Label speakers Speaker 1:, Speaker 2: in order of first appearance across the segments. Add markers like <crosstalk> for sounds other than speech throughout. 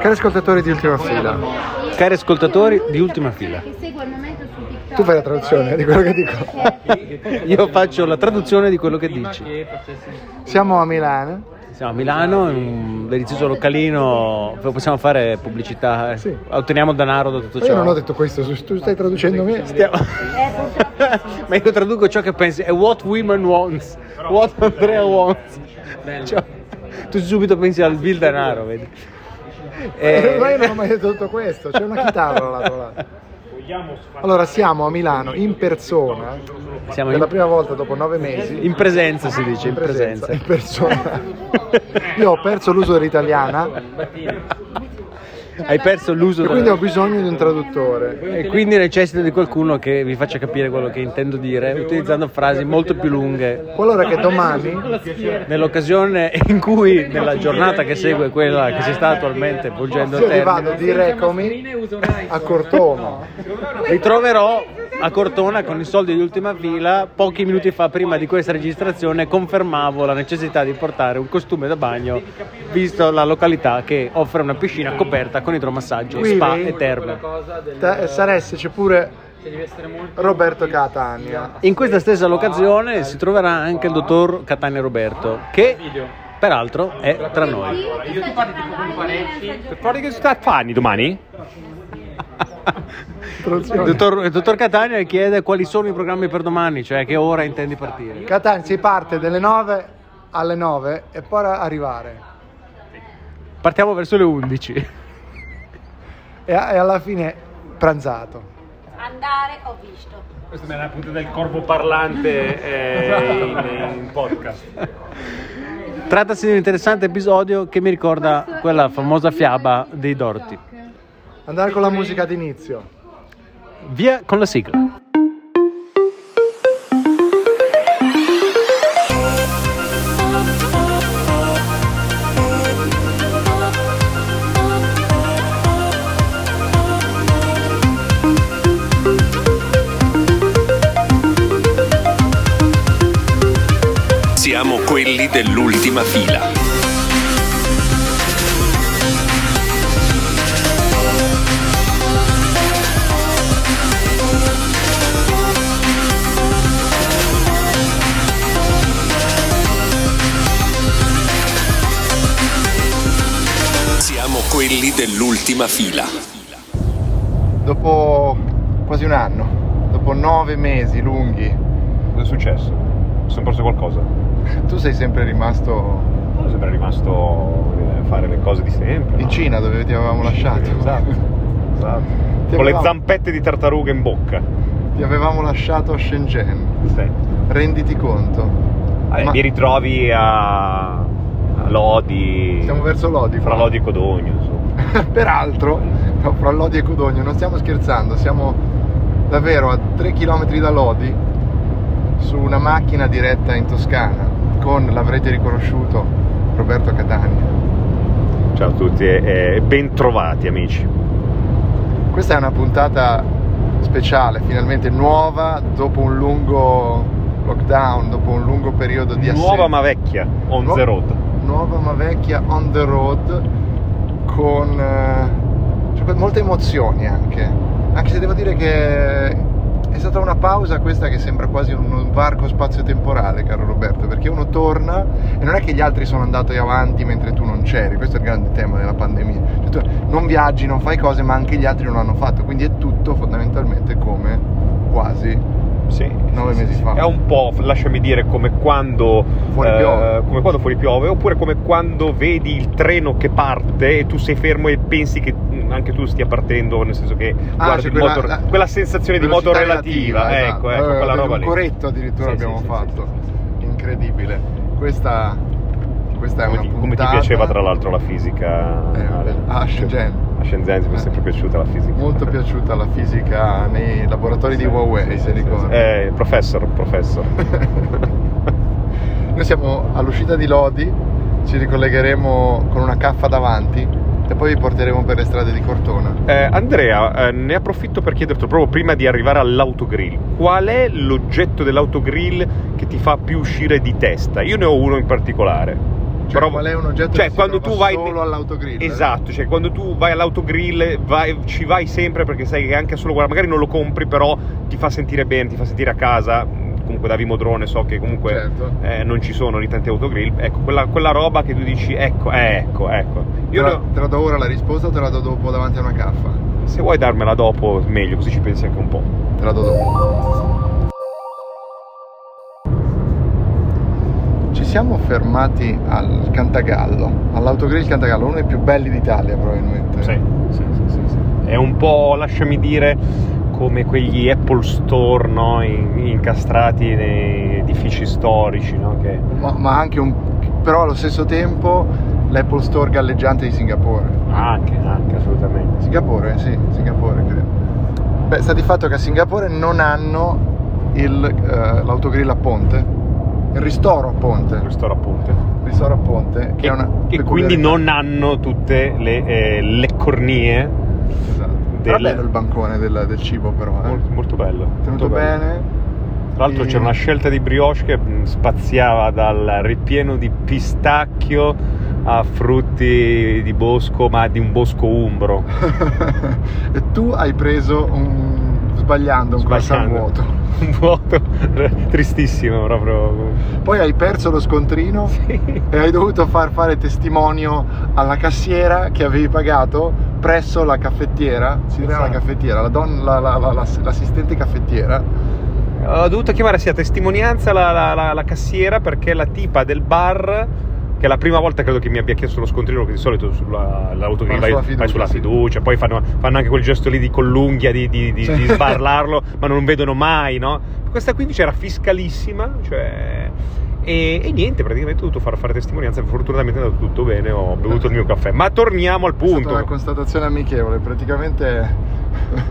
Speaker 1: Cari ascoltatori di ultima fila,
Speaker 2: Cari ascoltatori di ultima fila,
Speaker 3: Che segue al momento su TikTok.
Speaker 1: tu fai la traduzione di quello che dico.
Speaker 2: io faccio la traduzione di quello che dici.
Speaker 1: Siamo a Milano.
Speaker 2: Siamo a Milano, in un delizioso localino, possiamo fare pubblicità, eh?
Speaker 1: Sì.
Speaker 2: otteniamo denaro da tutto
Speaker 1: Io
Speaker 2: ciò.
Speaker 1: non
Speaker 2: <laughs>
Speaker 1: ho detto questo, tu stai traducendo me.
Speaker 2: Stiamo- Ma io traduco ciò che pensi, è what women wants, what Andrea wants. Cioè, tu subito pensi al vil denaro, vedi.
Speaker 1: Eh,
Speaker 2: Eh,
Speaker 1: ma io non ho mai detto tutto questo, c'è una chitarra là. là. Allora siamo a Milano in persona,
Speaker 2: Siamo
Speaker 1: per la
Speaker 2: in,
Speaker 1: prima volta dopo nove mesi.
Speaker 2: in presenza si dice, in presenza.
Speaker 1: In persona. Io ho perso l'uso dell'italiana
Speaker 2: Hai perso l'uso
Speaker 1: e
Speaker 2: del-
Speaker 1: quindi ho bisogno di un traduttore.
Speaker 2: E quindi necessita di qualcuno che vi faccia capire quello che intendo dire utilizzando frasi molto più lunghe.
Speaker 1: Qualora che domani
Speaker 2: Nell'occasione in cui, nella giornata che segue quella che si sta attualmente volgendo a
Speaker 1: io vado
Speaker 2: termine,
Speaker 1: di Recomi a Cortona,
Speaker 2: ritroverò a Cortona con i soldi di ultima fila. Pochi minuti fa, prima di questa registrazione, confermavo la necessità di portare un costume da bagno, visto la località che offre una piscina coperta con idromassaggio,
Speaker 1: Quindi-
Speaker 2: spa e terme.
Speaker 1: Ta- saresse c'è pure Roberto Catania.
Speaker 2: In questa stessa locazione si troverà anche il dottor Catania Roberto, che peraltro è tra noi.
Speaker 3: Io ti parli tipo con parenti.
Speaker 4: Ricordi che sta a Fanni domani?
Speaker 2: Il dottor, il dottor Catania chiede quali sono i programmi per domani, cioè a che ora intendi partire.
Speaker 1: Catania si parte dalle 9 alle 9 e poi arrivare.
Speaker 2: Partiamo verso le 11.
Speaker 1: E, e alla fine pranzato.
Speaker 3: Andare ho visto.
Speaker 4: Questa è la punta del corpo parlante eh, in, in podcast.
Speaker 2: Trattasi di un interessante episodio che mi ricorda quella famosa fiaba dei Dorti.
Speaker 1: Andare con la musica d'inizio.
Speaker 2: Via con la sigla.
Speaker 5: Siamo quelli dell'ultima fila. Siamo quelli dell'ultima fila.
Speaker 1: Dopo quasi un anno, dopo nove mesi lunghi,
Speaker 4: Cosa è successo? Mi sono perso qualcosa.
Speaker 1: tu sei sempre rimasto
Speaker 4: Sono sempre rimasto a fare le cose di sempre.
Speaker 1: in
Speaker 4: no?
Speaker 1: Cina dove ti avevamo lasciato.
Speaker 4: Esatto. esatto.
Speaker 1: Ti
Speaker 4: Con le
Speaker 1: avevamo-
Speaker 4: zampette di tartaruga in bocca.
Speaker 1: Ti avevamo lasciato a Shenzhen.
Speaker 4: Sì.
Speaker 1: Renditi conto.
Speaker 4: Vabbè,
Speaker 1: Ma-
Speaker 4: Mi ritrovi a, a Lodi.
Speaker 1: Siamo verso Lodi.
Speaker 4: Fra Lodi e Codogno, insomma.
Speaker 1: <laughs> Peraltro, no, fra Lodi e Codogno, non stiamo scherzando, siamo davvero a 3 km da Lodi su una macchina diretta in Toscana con, l'avrete riconosciuto, Roberto Catania.
Speaker 4: Ciao a tutti e, e ben trovati amici.
Speaker 1: Questa è una puntata speciale, finalmente nuova, dopo un lungo lockdown, dopo un lungo periodo di assenza.
Speaker 4: Nuova ma vecchia, on
Speaker 1: Nuova-
Speaker 4: the road.
Speaker 1: nuova ma vecchia on the road con, eh, cioè, con molte emozioni anche anche se devo dire che è stata una pausa questa che sembra quasi un varco spazio-temporale caro Roberto perché uno torna e non è che gli altri sono andati avanti mentre tu non c'eri questo è il grande tema della pandemia Cioè, tu non viaggi non fai cose ma anche gli altri non hanno fatto quindi è tutto fondamentalmente come quasi
Speaker 4: Sì,
Speaker 1: Nove
Speaker 4: sì,
Speaker 1: mesi
Speaker 4: sì, sì.
Speaker 1: fa.
Speaker 4: È un po', lasciami dire, come quando,
Speaker 1: Fuori
Speaker 4: eh,
Speaker 1: piove.
Speaker 4: come quando fuori piove, oppure come quando vedi il treno che parte e tu sei fermo e pensi che mm, anche tu stia partendo, nel senso che guardi
Speaker 1: cioè
Speaker 4: il
Speaker 1: quella-
Speaker 4: motor-
Speaker 1: la-
Speaker 4: quella sensazione di
Speaker 1: velocità
Speaker 4: moto relativa,
Speaker 1: esatto.
Speaker 4: ecco, ecco,
Speaker 1: Eh,
Speaker 4: quella roba
Speaker 1: un
Speaker 4: lì.
Speaker 1: coretto addirittura
Speaker 4: Sì,
Speaker 1: abbiamo
Speaker 4: sì, sì,
Speaker 1: fatto
Speaker 4: sì, sì,
Speaker 1: incredibile questa, questa è
Speaker 4: Come
Speaker 1: una
Speaker 4: ti, come ti
Speaker 1: puntata
Speaker 4: piaceva tra l'altro la fisica?
Speaker 1: Eh,
Speaker 4: Ale?
Speaker 1: a Shenzhen.
Speaker 4: A Shenzhen mi è sempre piaciuta la fisica. Eh,
Speaker 1: molto piaciuta la fisica nei laboratori di
Speaker 4: Sì,
Speaker 1: Huawei
Speaker 4: sì,
Speaker 1: se
Speaker 4: sì, sì,
Speaker 1: ricordi
Speaker 4: sì. Eh, professor, professor.
Speaker 1: <laughs> noi siamo all'uscita di Lodi ci ricollegheremo con una caffa davanti e poi vi porteremo per le strade di Cortona
Speaker 4: Eh, Andrea, eh, ne approfitto per chiederti proprio prima di arrivare all'autogrill, qual è l'oggetto dell'autogrill che ti fa più uscire di testa? Io ne ho uno in particolare.
Speaker 1: Cioè, qual è un oggetto che si trova solo all'autogrill? eh?
Speaker 4: Esatto, cioè quando tu vai all'autogrill vai- ci vai sempre perché sai che anche solo guarda, magari non lo compri, però ti fa sentire bene, ti fa sentire a casa. Comunque da Vimodrone so che comunque
Speaker 1: Certo.
Speaker 4: eh, non ci sono lì tanti autogrill. Ecco, quella, quella roba che tu dici, ecco, eh, ecco, ecco.
Speaker 1: Te
Speaker 4: Io
Speaker 1: la,
Speaker 4: no-
Speaker 1: te la do ora la risposta o te la do dopo davanti a una caffa?
Speaker 4: se vuoi darmela dopo, meglio, così ci pensi anche un po'.
Speaker 1: Te la do dopo. Ci siamo fermati al Cantagallo, all'autogrill Cantagallo, uno dei più belli d'Italia probabilmente.
Speaker 4: Sì, sì, sì, sì, sì. È un po', lasciami dire, come quegli Apple Store, no? In- incastrati nei edifici storici, no? Che...
Speaker 1: Ma, ma anche un... però allo stesso tempo l'Apple Store galleggiante di Singapore.
Speaker 4: Anche, anche, assolutamente.
Speaker 1: Singapore? eh, Sì, Singapore credo. Beh, sta di fatto che a Singapore non hanno il, eh, l'autogrill a ponte, il ristoro a ponte,
Speaker 4: Questo era appunto.
Speaker 1: il ristoro a ponte, che è
Speaker 4: E,
Speaker 1: una
Speaker 4: e
Speaker 1: peculiarità.
Speaker 4: quindi non hanno tutte le, eh, le cornie.
Speaker 1: Esatto.
Speaker 4: Del-
Speaker 1: Era bello il bancone del, del cibo però, eh.
Speaker 4: Molto, molto bello. molto
Speaker 1: tenuto
Speaker 4: bello.
Speaker 1: bene.
Speaker 4: Tra l'altro
Speaker 1: E-
Speaker 4: c'era una scelta di brioche che mh, spaziava dal ripieno di pistacchio a frutti di bosco, ma di un bosco umbro.
Speaker 1: <laughs> e tu hai preso un... sbagliando un croissant
Speaker 4: Sbagliando.
Speaker 1: vuoto.
Speaker 4: <laughs> un vuoto tristissimo proprio.
Speaker 1: Poi hai perso lo
Speaker 4: <laughs>
Speaker 1: scontrino e hai dovuto far fare testimonio alla cassiera che avevi pagato presso la caffettiera, si chiama la
Speaker 4: Esatto.
Speaker 1: caffettiera, la donna, la- la- la- l'assistente caffettiera.
Speaker 4: Ho dovuto chiamare sia testimonianza la, la- la- la cassiera perché la tipa del bar che è la prima volta credo che mi abbia chiesto lo scontrino che di solito sulla, l'autogrill
Speaker 1: Vanno sulla
Speaker 4: vai, vai
Speaker 1: fiducia,
Speaker 4: sulla
Speaker 1: sì.
Speaker 4: fiducia poi fanno, fanno anche quel gesto lì di collunghia di, di- di-
Speaker 1: Sì.
Speaker 4: di sbarlarlo ma non vedono mai no? questa qui invece era fiscalissima cioè, e, e niente praticamente ho dovuto far fare testimonianza fortunatamente è andato tutto bene ho bevuto il mio caffè ma torniamo al
Speaker 1: È stata una
Speaker 4: punto
Speaker 1: constatazione amichevole, praticamente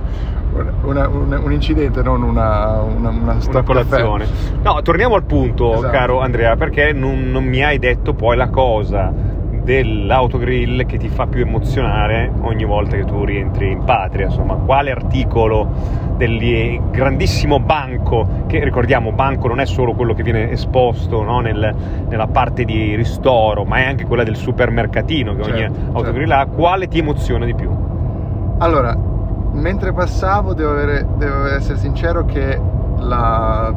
Speaker 1: <laughs> una- un, un incidente, non una, una, una
Speaker 4: una
Speaker 1: stop
Speaker 4: colazione. No, torniamo al punto,
Speaker 1: Esatto.
Speaker 4: caro Andrea, perché non, non mi hai detto poi la cosa dell'autogrill che ti fa più emozionare ogni volta che tu rientri in patria, insomma, quale articolo del grandissimo banco, che ricordiamo banco non è solo quello che viene esposto no, nel- nella parte di ristoro, ma è anche quella del supermercatino che ogni
Speaker 1: Certo, certo.
Speaker 4: autogrill ha, quale ti emoziona di più?
Speaker 1: Allora, mentre passavo, devo, avere- devo essere sincero che la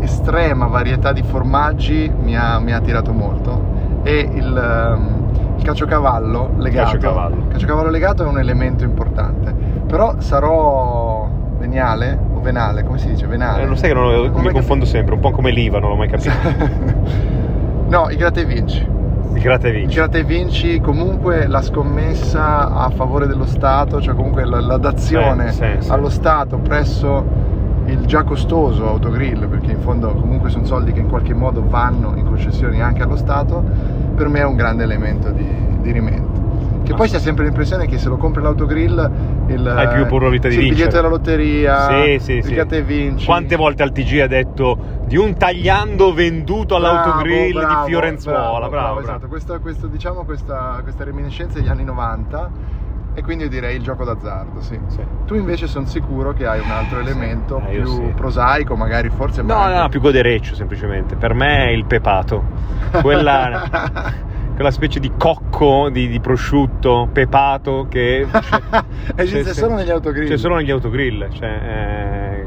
Speaker 1: estrema varietà di formaggi mi ha, mi ha attirato molto e il, ehm, il caciocavallo legato
Speaker 4: caciocavallo.
Speaker 1: il caciocavallo legato è un elemento importante però sarò veniale o venale come si dice venale
Speaker 4: Eh, lo sai che non lo-
Speaker 1: Non ho
Speaker 4: mi
Speaker 1: mai
Speaker 4: confondo
Speaker 1: capito.
Speaker 4: sempre, un po' come l'IVA, non l'ho mai capito.
Speaker 1: <laughs> no i gratta e vinci
Speaker 4: Grazie
Speaker 1: il
Speaker 4: Vinci.
Speaker 1: Girate e vinci comunque la scommessa a favore dello Stato, cioè comunque la, la dazione
Speaker 4: Sì, sì, sì.
Speaker 1: allo Stato presso il già costoso autogrill, perché in fondo comunque sono soldi che in qualche modo vanno in concessioni anche allo Stato, per me è un grande elemento di, di rimento. Che poi si ha sempre l'impressione che se lo compri l'autogrill il,
Speaker 4: Hai più probabilità di
Speaker 1: sì, il
Speaker 4: vincere.
Speaker 1: biglietto della lotteria,
Speaker 4: Sì, sì,
Speaker 1: il
Speaker 4: sì.
Speaker 1: Girate e vinci.
Speaker 4: Quante volte al TG ha detto di un tagliando venduto all'autogrill
Speaker 1: Bravo, bravo,
Speaker 4: di Fiorenzuola? Bravo, bravo.
Speaker 1: esatto. Questo, questo, diciamo, questa, questa reminiscenza degli anni 90 e quindi io direi il gioco d'azzardo, sì.
Speaker 4: Sì.
Speaker 1: Tu invece sono sicuro che hai un altro elemento
Speaker 4: eh, io
Speaker 1: più
Speaker 4: sì.
Speaker 1: prosaico, magari forse ma
Speaker 4: No,
Speaker 1: anche-
Speaker 4: no, no, più godereccio semplicemente. Per me è il pepato.
Speaker 1: <laughs>
Speaker 4: Quella, quella specie di cocco di, di prosciutto pepato
Speaker 1: <laughs>
Speaker 4: che
Speaker 1: Esiste
Speaker 4: Sì, sì.
Speaker 1: solo negli autogrill.
Speaker 4: C'è solo negli autogrill. cioè, eh,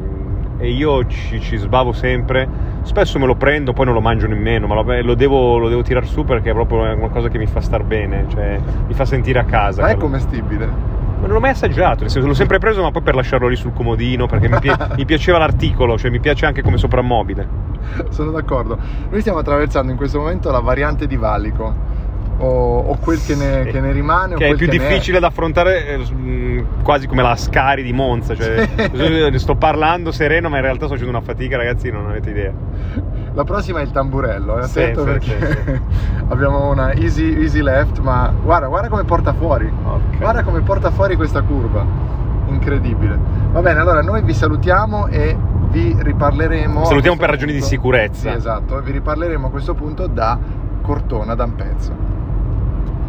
Speaker 4: e io ci, ci sbavo sempre. Spesso me lo prendo, poi non lo mangio nemmeno, ma lo, lo devo, lo devo tirar su perché è proprio una cosa che mi fa star bene, cioè, mi fa sentire a casa.
Speaker 1: Ma è
Speaker 4: quello.
Speaker 1: commestibile.
Speaker 4: Ma non l'ho mai assaggiato, nel senso, l'ho sempre preso, ma poi per lasciarlo lì sul comodino, perché
Speaker 1: <laughs>
Speaker 4: mi, pi- mi piaceva l'articolo, cioè mi piace anche come soprammobile.
Speaker 1: Sono d'accordo. Noi stiamo attraversando in questo momento la variante di valico. O, o quel che ne,
Speaker 4: Sì.
Speaker 1: che ne rimane o
Speaker 4: Che è
Speaker 1: quel
Speaker 4: più
Speaker 1: che ne
Speaker 4: difficile da affrontare, eh, s- mh, quasi come la Scari di Monza. Cioè,
Speaker 1: Sì.
Speaker 4: ne sto parlando sereno, ma in realtà sto facendo una fatica, ragazzi, non avete idea.
Speaker 1: La prossima è il tamburello, è
Speaker 4: Sì,
Speaker 1: attento
Speaker 4: sì,
Speaker 1: perché
Speaker 4: sì, sì.
Speaker 1: <laughs> abbiamo una easy, easy left, ma guarda, guarda come porta fuori,
Speaker 4: Ok.
Speaker 1: guarda come porta fuori questa curva, incredibile. Va bene, allora noi vi salutiamo e vi riparleremo...
Speaker 4: Vi salutiamo
Speaker 1: a questo
Speaker 4: per ragioni di sicurezza.
Speaker 1: Sì, esatto, e vi riparleremo a questo punto da Cortona da un pezzo.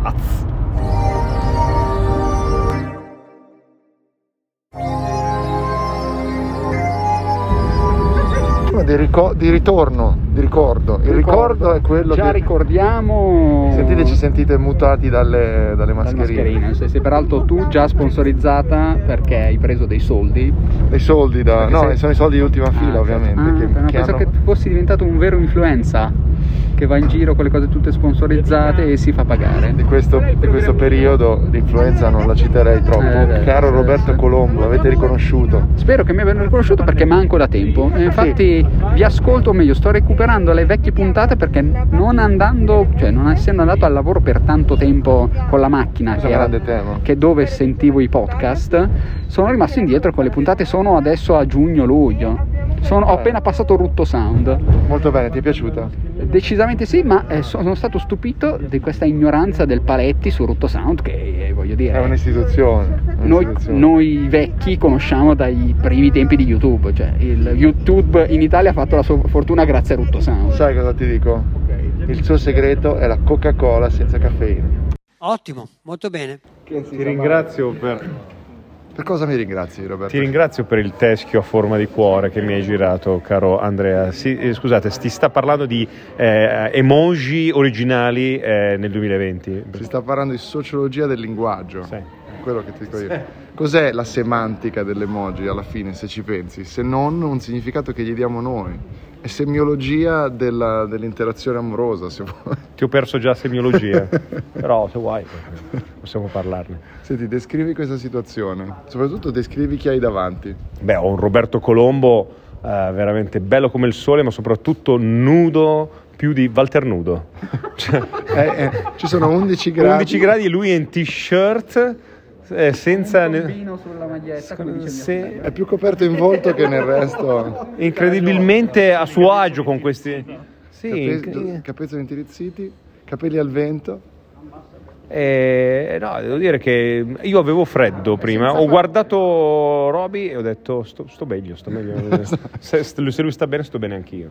Speaker 4: Az.
Speaker 1: Uno di, rico- di ritorno, di ricordo. Il ricordo, è quello
Speaker 6: Già
Speaker 1: che...
Speaker 6: ricordiamo.
Speaker 1: Sentite, ci sentite mutati dalle, dalle
Speaker 6: Dalla
Speaker 1: mascherine.
Speaker 6: mascherina. Se, se peraltro tu già sponsorizzata perché hai preso dei soldi.
Speaker 1: I soldi da...
Speaker 6: Perché
Speaker 1: No,
Speaker 6: se-
Speaker 1: sono i soldi di ultima fila,
Speaker 6: Ah,
Speaker 1: ovviamente.
Speaker 6: certo. Ah,
Speaker 1: che-
Speaker 6: però
Speaker 1: che
Speaker 6: penso
Speaker 1: hanno-
Speaker 6: che tu fossi diventato un vero influenza che va in giro con le cose tutte sponsorizzate e si fa pagare.
Speaker 1: Di questo, di questo periodo di influenza non la citerei troppo.
Speaker 6: Eh, beh,
Speaker 1: Caro
Speaker 6: sì,
Speaker 1: Roberto
Speaker 6: sì.
Speaker 1: Colombo, avete riconosciuto.
Speaker 6: Spero che mi abbiano riconosciuto perché manco da tempo. E infatti vi ascolto, o meglio, sto recuperando le vecchie puntate perché non andando, cioè non essendo andato al lavoro per tanto tempo con la macchina,
Speaker 1: Questo
Speaker 6: che,
Speaker 1: è un
Speaker 6: era-
Speaker 1: grande tema.
Speaker 6: che è dove sentivo i podcast, sono rimasto indietro con le puntate, sono adesso a giugno-luglio. Sono, ho appena passato Rutto Sound.
Speaker 1: Molto bene, ti è piaciuta?
Speaker 6: Decisamente sì, ma eh, so- sono stato stupito di questa ignoranza del Paletti su Rutto Sound, che eh, voglio dire.
Speaker 1: È un'istituzione.
Speaker 6: Noi,
Speaker 1: un'istituzione.
Speaker 6: noi vecchi conosciamo dai primi tempi di YouTube, cioè il YouTube in Italia ha fatto la sua fortuna grazie a Rutto Sound.
Speaker 1: Sai cosa ti dico? Il suo segreto è la Coca-Cola senza caffeina.
Speaker 2: Ottimo, molto bene.
Speaker 4: Ti ringrazio per...
Speaker 1: Per cosa mi ringrazi, Roberto?
Speaker 4: Ti ringrazio per il teschio a forma di cuore che mi hai girato, caro Andrea. Si- eh, scusate, ti sta parlando di eh, emoji originali eh, nel 2020?
Speaker 1: Si sta parlando di sociologia del linguaggio.
Speaker 4: Sì.
Speaker 1: Quello che ti dico io. Cos'è la semantica dell'emoji alla fine, se ci pensi? Se non un significato che gli diamo noi. È semiologia della- dell'interazione amorosa, se vuoi. <laughs>
Speaker 4: Ti ho perso già semiologia, però se vuoi possiamo parlarne.
Speaker 1: Senti, descrivi questa situazione. Soprattutto descrivi chi hai davanti.
Speaker 4: Beh, ho un Roberto Colombo eh, veramente bello come il sole, ma soprattutto nudo più di Walter Nudo. Cioè,
Speaker 1: Eh, eh, ci sono 11 gradi.
Speaker 4: 11 gradi, lui è in t-shirt, eh, senza... ne-
Speaker 6: sulla maglietta,
Speaker 4: se-
Speaker 1: È più coperto in volto che nel resto.
Speaker 4: incredibilmente a suo agio con questi. Sì,
Speaker 1: Cape- capezzoli intirizziti, capelli al vento.
Speaker 4: eh, no, devo dire che io avevo freddo prima, ho guardato Roby e ho detto sto, sto meglio, sto <laughs> meglio. se, se lui sta bene, sto bene anch'io.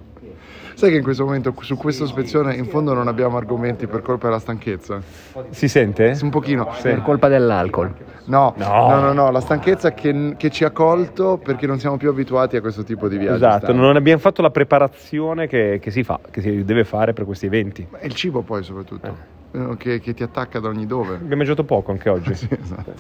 Speaker 1: Sai che in questo momento su questo spezzone in fondo non abbiamo argomenti per colpa della stanchezza?
Speaker 4: Si sente?
Speaker 1: Un pochino.
Speaker 6: Per colpa dell'alcol.
Speaker 1: No,
Speaker 4: No.
Speaker 1: no, no, no, la stanchezza che, che ci ha colto perché non siamo più abituati a questo tipo di viaggio.
Speaker 4: Esatto,
Speaker 1: stanno.
Speaker 4: non abbiamo fatto la preparazione che, che si fa, che si deve fare per questi eventi.
Speaker 1: Ma Il cibo poi soprattutto, eh, che, che ti attacca da ogni dove.
Speaker 4: <laughs> Abbiamo mangiato poco anche
Speaker 1: <laughs>
Speaker 4: oggi.
Speaker 1: Sì, esatto.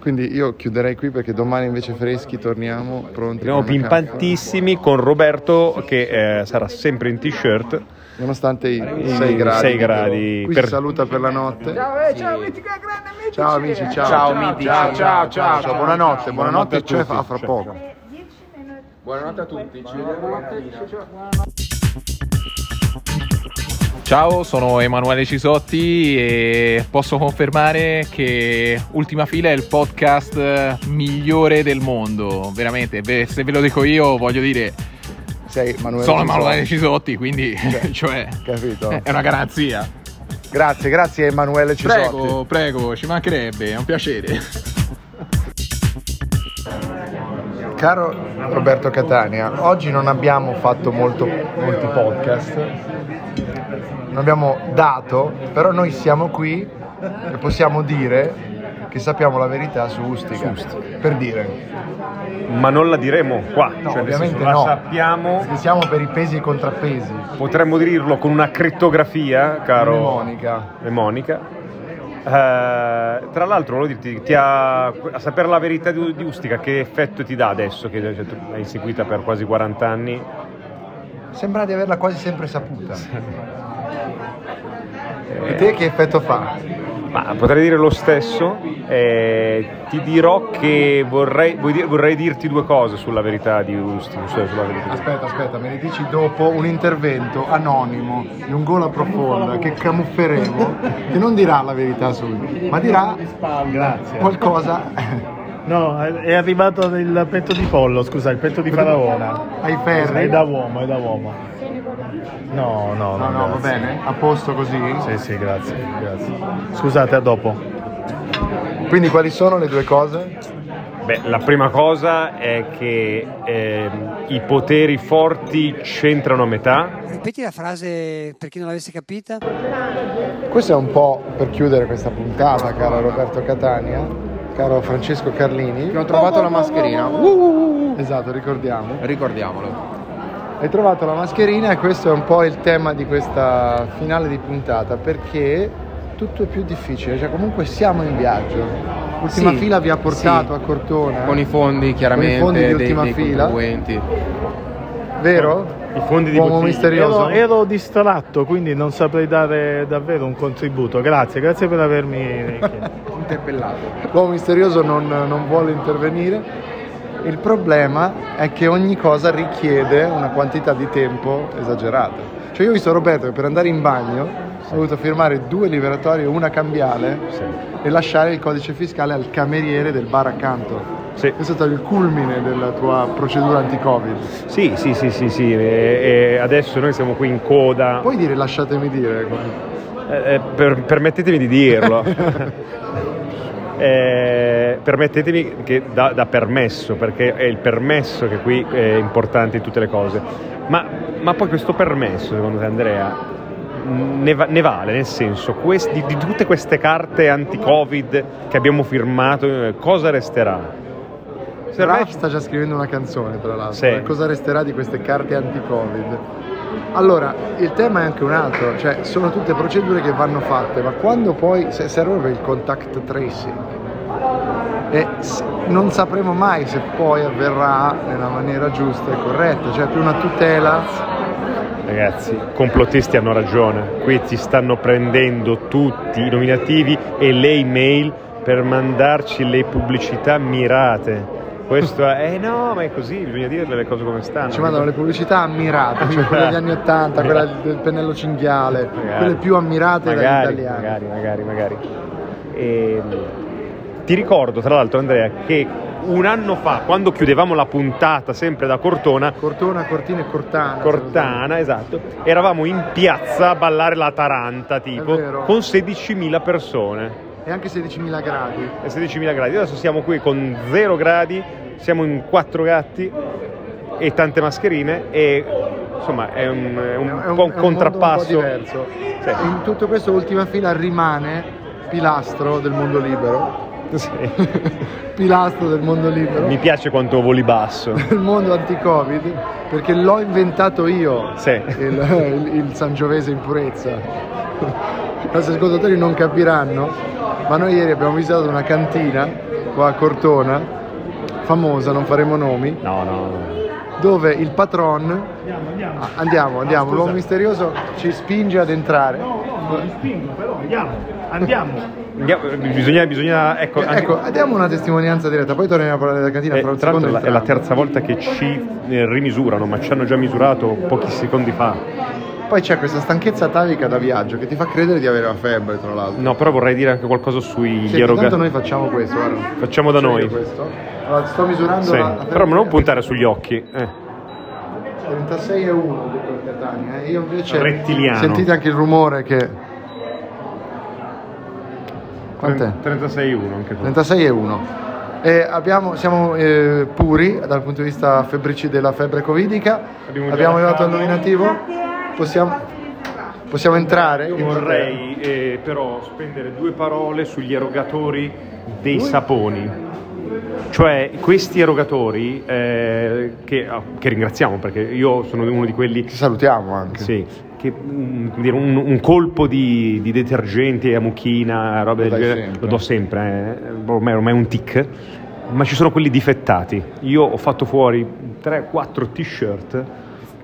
Speaker 1: Quindi io chiuderei qui perché domani invece freschi torniamo pronti.
Speaker 4: Siamo
Speaker 1: come una capra.
Speaker 4: pimpantissimi con Roberto che eh, sarà sempre in t-shirt.
Speaker 1: Nonostante i
Speaker 4: I
Speaker 1: 6 gradi.
Speaker 4: sei gradi
Speaker 1: Qui
Speaker 4: per-
Speaker 1: si saluta per la notte. Ciao amici, ciao.
Speaker 4: Ciao, mitici.
Speaker 1: Ciao, ciao, ciao. ciao. Buonanotte,
Speaker 4: Buonanotte
Speaker 1: buonanotte,
Speaker 4: a
Speaker 1: cioè
Speaker 4: tutti.
Speaker 1: a fra
Speaker 4: Cioè.
Speaker 1: poco.
Speaker 7: Ciao, sono Emanuele Cisotti e posso confermare che Ultima Fila è il podcast migliore del mondo, veramente. Beh, se ve lo dico io, voglio dire,
Speaker 1: Sei Manuele.
Speaker 7: sono
Speaker 1: Cisotti.
Speaker 7: Emanuele Cisotti, quindi <laughs> cioè,
Speaker 1: Capito?
Speaker 7: è una garanzia.
Speaker 1: Grazie, grazie Emanuele Cisotti.
Speaker 7: Prego, prego, ci mancherebbe, è un piacere.
Speaker 1: Caro Roberto Catania, oggi non abbiamo fatto molto- molti podcast, non abbiamo dato, però noi siamo qui e possiamo dire che sappiamo la verità su Ustica. Per dire,
Speaker 4: Ma non la diremo qua,
Speaker 1: no,
Speaker 4: cioè, nel
Speaker 1: ovviamente
Speaker 4: senso, la
Speaker 1: no.
Speaker 4: sappiamo.
Speaker 1: Ne Siamo per i pesi e i contrappesi.
Speaker 4: Potremmo dirlo con una crittografia, caro
Speaker 1: Mnemonica.
Speaker 4: e Monica. Eh, tra l'altro, volevo dirti, ti ha- a sapere la verità di, di Ustica, che effetto ti dà adesso che cioè, tu l'hai seguita per quasi 40 anni?
Speaker 1: Sembra di averla quasi sempre saputa. E te che effetto fa?
Speaker 4: Ma potrei dire lo stesso, eh, ti dirò che vorrei, vuoi dire- vorrei dirti due cose sulla verità di Ustica. cioè sulla verità.
Speaker 1: Aspetta, aspetta, me ne dici dopo un intervento anonimo di un gola profonda che camufferemo, che non dirà la verità su lui, ma dirà
Speaker 8: Grazie.
Speaker 1: qualcosa
Speaker 8: No, è è arrivato il petto di pollo, scusa, il petto di faraona.
Speaker 1: ai
Speaker 8: È
Speaker 1: ferri.
Speaker 8: da uomo, è da uomo. No,
Speaker 1: No,
Speaker 8: no, no.
Speaker 1: no, va
Speaker 8: grazie.
Speaker 1: bene, a posto così.
Speaker 8: Sì, sì, grazie, grazie. Scusate, a dopo.
Speaker 1: Quindi quali sono le due cose?
Speaker 4: Beh, la prima cosa è che ehm, i poteri forti c'entrano a metà,
Speaker 9: Ripeti la frase per chi non l'avesse capita.
Speaker 1: Questo è un po' per chiudere questa puntata, caro Roberto Catania, caro Francesco Carlini. Uh-huh.
Speaker 6: trovato la mascherina.
Speaker 1: Esatto, ricordiamo.
Speaker 6: Ricordiamolo.
Speaker 1: Hai trovato la mascherina e questo è un po' il tema di questa finale di puntata perché tutto è più difficile, cioè comunque siamo in viaggio. Ultima
Speaker 10: Sì,
Speaker 1: fila vi ha portato
Speaker 10: sì.
Speaker 1: a Cortona.
Speaker 10: Con i fondi chiaramente
Speaker 1: Con i fondi di
Speaker 10: dei,
Speaker 1: ultima
Speaker 10: dei
Speaker 1: fila.
Speaker 10: contribuenti.
Speaker 1: Vero?
Speaker 4: I fondi di
Speaker 1: Uomo
Speaker 4: bottiglia.
Speaker 1: misterioso.
Speaker 8: Ero, ero distratto, quindi non saprei dare davvero un contributo. Grazie, grazie per
Speaker 1: <laughs>
Speaker 8: avermi chiesto.
Speaker 1: interpellato. L'uomo misterioso non, non vuole intervenire. Il problema è che ogni cosa richiede una quantità di tempo esagerata. Cioè io ho visto Roberto che per andare in bagno ha dovuto firmare due liberatori e una cambiale
Speaker 4: Sì.
Speaker 1: e lasciare il codice fiscale al cameriere del bar accanto.
Speaker 4: Sì.
Speaker 1: Questo è stato il culmine della tua procedura anti-Covid.
Speaker 4: Sì, sì, sì, sì, sì. e- e adesso noi siamo qui in coda.
Speaker 1: Puoi dire lasciatemi dire?
Speaker 4: Eh, eh, per- permettetemi di dirlo.
Speaker 10: <laughs>
Speaker 4: Eh, permettetemi che da, da permesso, perché è il permesso che qui eh, è importante in tutte le cose. Ma, ma poi questo permesso, secondo te Andrea, mh, ne, va- ne vale? Nel senso, quest- di, di tutte queste carte anti-Covid che abbiamo firmato, eh, cosa resterà? Se ormai-
Speaker 1: Raf sta già scrivendo una canzone, tra l'altro. eh,
Speaker 4: Sì.
Speaker 1: Cosa resterà di queste carte anti-Covid? Allora, il tema è anche un altro, cioè sono tutte procedure che vanno fatte, ma quando poi se- serve per il contact tracing e s- non sapremo mai se poi avverrà nella maniera giusta e corretta, cioè più una tutela.
Speaker 4: Ragazzi, i complottisti hanno ragione. Qui ti stanno prendendo tutti i nominativi e le email per mandarci le pubblicità mirate. Questo è. Eh no, ma è così, bisogna dirle le cose come stanno.
Speaker 1: Ci mandano le pubblicità ammirate, cioè quelle degli anni
Speaker 4: <laughs>
Speaker 1: 80, quella del pennello cinghiale,
Speaker 4: Magari.
Speaker 1: quelle più ammirate dagli
Speaker 4: magari,
Speaker 1: italiani.
Speaker 4: Magari, magari, magari. E, ti ricordo, tra l'altro, Andrea, che un anno fa, quando chiudevamo la puntata sempre da Cortona,
Speaker 1: Cortona, Cortina e Cortana. se non sbaglio.
Speaker 4: Cortana, esatto. Eravamo in piazza a ballare la Taranta, tipo,
Speaker 1: vero.
Speaker 4: con 16.000 persone
Speaker 1: E anche 16.000 gradi.
Speaker 4: e 16.000 gradi. Adesso siamo qui con 0 gradi, siamo in 4 gatti e tante mascherine e insomma è un, è un
Speaker 1: È
Speaker 4: po'
Speaker 1: è
Speaker 4: un
Speaker 1: mondo
Speaker 4: contrappasso.
Speaker 1: un po' diverso.
Speaker 4: Sì.
Speaker 1: In tutto questo ultima fila rimane pilastro del mondo libero. <laughs>
Speaker 4: Sì. <laughs>
Speaker 1: pilastro del mondo libero.
Speaker 4: Mi piace quanto voli basso.
Speaker 1: del mondo anti-covid perché l'ho inventato io
Speaker 4: Sì.
Speaker 1: il, il, il sangiovese in purezza i nostri ascoltatori non capiranno ma noi ieri abbiamo visitato una cantina qua a Cortona famosa non faremo nomi
Speaker 4: No, no, no.
Speaker 1: dove il patron Ah, andiamo andiamo
Speaker 8: scusa.
Speaker 1: l'uomo misterioso ci spinge ad entrare
Speaker 8: non spingo, però andiamo, andiamo.
Speaker 4: Andiamo- Bisogna, bisogna, ecco, anche-
Speaker 1: Ecco, diamo una testimonianza diretta, poi torniamo a parlare della cantina.
Speaker 4: Eh,
Speaker 1: fra un
Speaker 4: tra l'altro è
Speaker 1: secondo
Speaker 4: la, è la
Speaker 1: entriamo.
Speaker 4: terza volta che ci eh, rimisurano, ma ci hanno già misurato pochi secondi fa.
Speaker 1: Poi c'è questa stanchezza atavica da viaggio che ti fa credere di avere la febbre, tra l'altro.
Speaker 4: No, però vorrei dire anche qualcosa sugli
Speaker 1: Senti, intanto
Speaker 4: erogatori.
Speaker 1: noi facciamo questo, guarda.
Speaker 4: Facciamo da
Speaker 1: Faccio io
Speaker 4: noi.
Speaker 1: questo. Allora, sto misurando
Speaker 4: Sì,
Speaker 1: la, la
Speaker 4: Però non
Speaker 1: febbre.
Speaker 4: puntare sugli occhi. eh.
Speaker 1: 36 e 1 detto il Catania, eh. Io invece
Speaker 4: Rettiliano.
Speaker 1: sentite anche il rumore che Quant'è?
Speaker 4: 36-1 anche tu.
Speaker 1: 36 e 1. E abbiamo, siamo eh, puri dal punto di vista febbrici della febbre covidica.
Speaker 4: Abbiamo
Speaker 1: Abbiamo,
Speaker 4: già
Speaker 1: elevato il
Speaker 4: lasciato.
Speaker 1: nominativo. Possiamo, possiamo entrare?
Speaker 4: Io vorrei eh, però spendere due parole sugli erogatori dei saponi. Cioè, questi erogatori, eh, che, ah, che ringraziamo perché io sono uno di quelli
Speaker 1: Ci salutiamo anche.
Speaker 4: sì, che mm, come dire, un, un colpo di, di detergente a mucchina, roba del
Speaker 1: dai
Speaker 4: genere,
Speaker 1: sempre.
Speaker 4: lo do sempre, eh, ormai, ormai è un tic. Ma ci sono quelli difettati. Io ho fatto fuori 3-4 t-shirt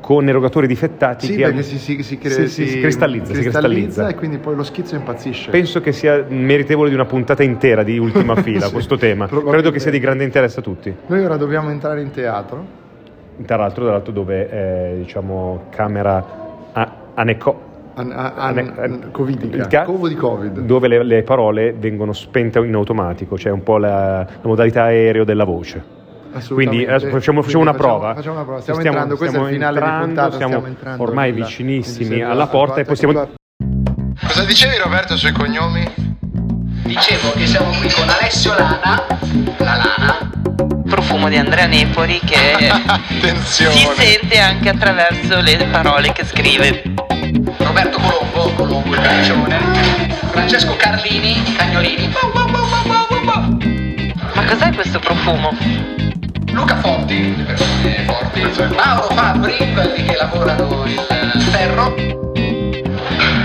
Speaker 4: con erogatori difettati
Speaker 1: Sì,
Speaker 4: che
Speaker 1: perché
Speaker 4: hanno-
Speaker 1: si, si, si, ecco. cre-
Speaker 4: Sì, sì, si cristallizza, si cristallizza.
Speaker 1: e quindi poi lo schizzo impazzisce.
Speaker 4: Penso che sia meritevole di una puntata intera
Speaker 1: <laughs>
Speaker 4: di ultima fila
Speaker 1: Sì,
Speaker 4: questo tema. Credo
Speaker 1: probabilmente.
Speaker 4: che sia di grande interesse a tutti.
Speaker 1: Noi ora dobbiamo entrare in teatro.
Speaker 4: Tra l'altro, tra l'altro dove eh, diciamo camera a- aneco-
Speaker 1: An, a- an-
Speaker 4: ane-
Speaker 1: an- covidica.
Speaker 4: ca-
Speaker 1: Covo di Covid.
Speaker 4: Dove le, le parole vengono spente in automatico, cioè un po' la, la modalità aereo della voce. Quindi
Speaker 1: Assolutamente.
Speaker 4: adesso facciamo, facciamo
Speaker 1: Quindi
Speaker 4: una
Speaker 1: facciamo-
Speaker 4: prova.
Speaker 1: Facciamo una prova. Stiamo, entrando, questo è il finale
Speaker 4: entrando,
Speaker 1: di puntata.
Speaker 4: Siamo,
Speaker 1: stiamo entrando
Speaker 4: ormai
Speaker 1: nella-
Speaker 4: vicinissimi
Speaker 1: 26,
Speaker 4: alla porta
Speaker 1: 44.
Speaker 4: e possiamo.
Speaker 1: Cosa dicevi Roberto sui cognomi?
Speaker 11: Dicevo che siamo qui con Alessio Lana, la Lana, profumo di Andrea Nepoli che si
Speaker 1: <laughs> Attenzione.
Speaker 11: sente anche attraverso le parole che scrive. Roberto Colombo, Colombo il camione, Francesco Carlini, i cagnolini. Ma cos'è questo profumo?
Speaker 8: Luca Fotti, le persone forti, Mauro Fabri, quelli che lavorano il ferro.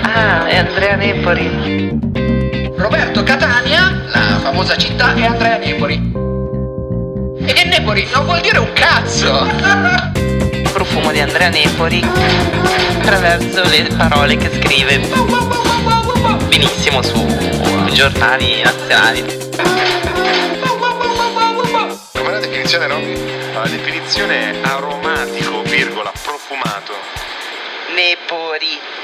Speaker 8: Ah, e Andrea Nepoli. Roberto Catania, la famosa città, e Andrea Nepoli. E che Nepoli non vuol dire un cazzo! Il <laughs> profumo di Andrea Nepoli attraverso le parole che scrive. Benissimo su giornali nazionali.
Speaker 12: Com'è la definizione, Robby? La definizione è aromatico, virgola, profumato.
Speaker 8: Nepori.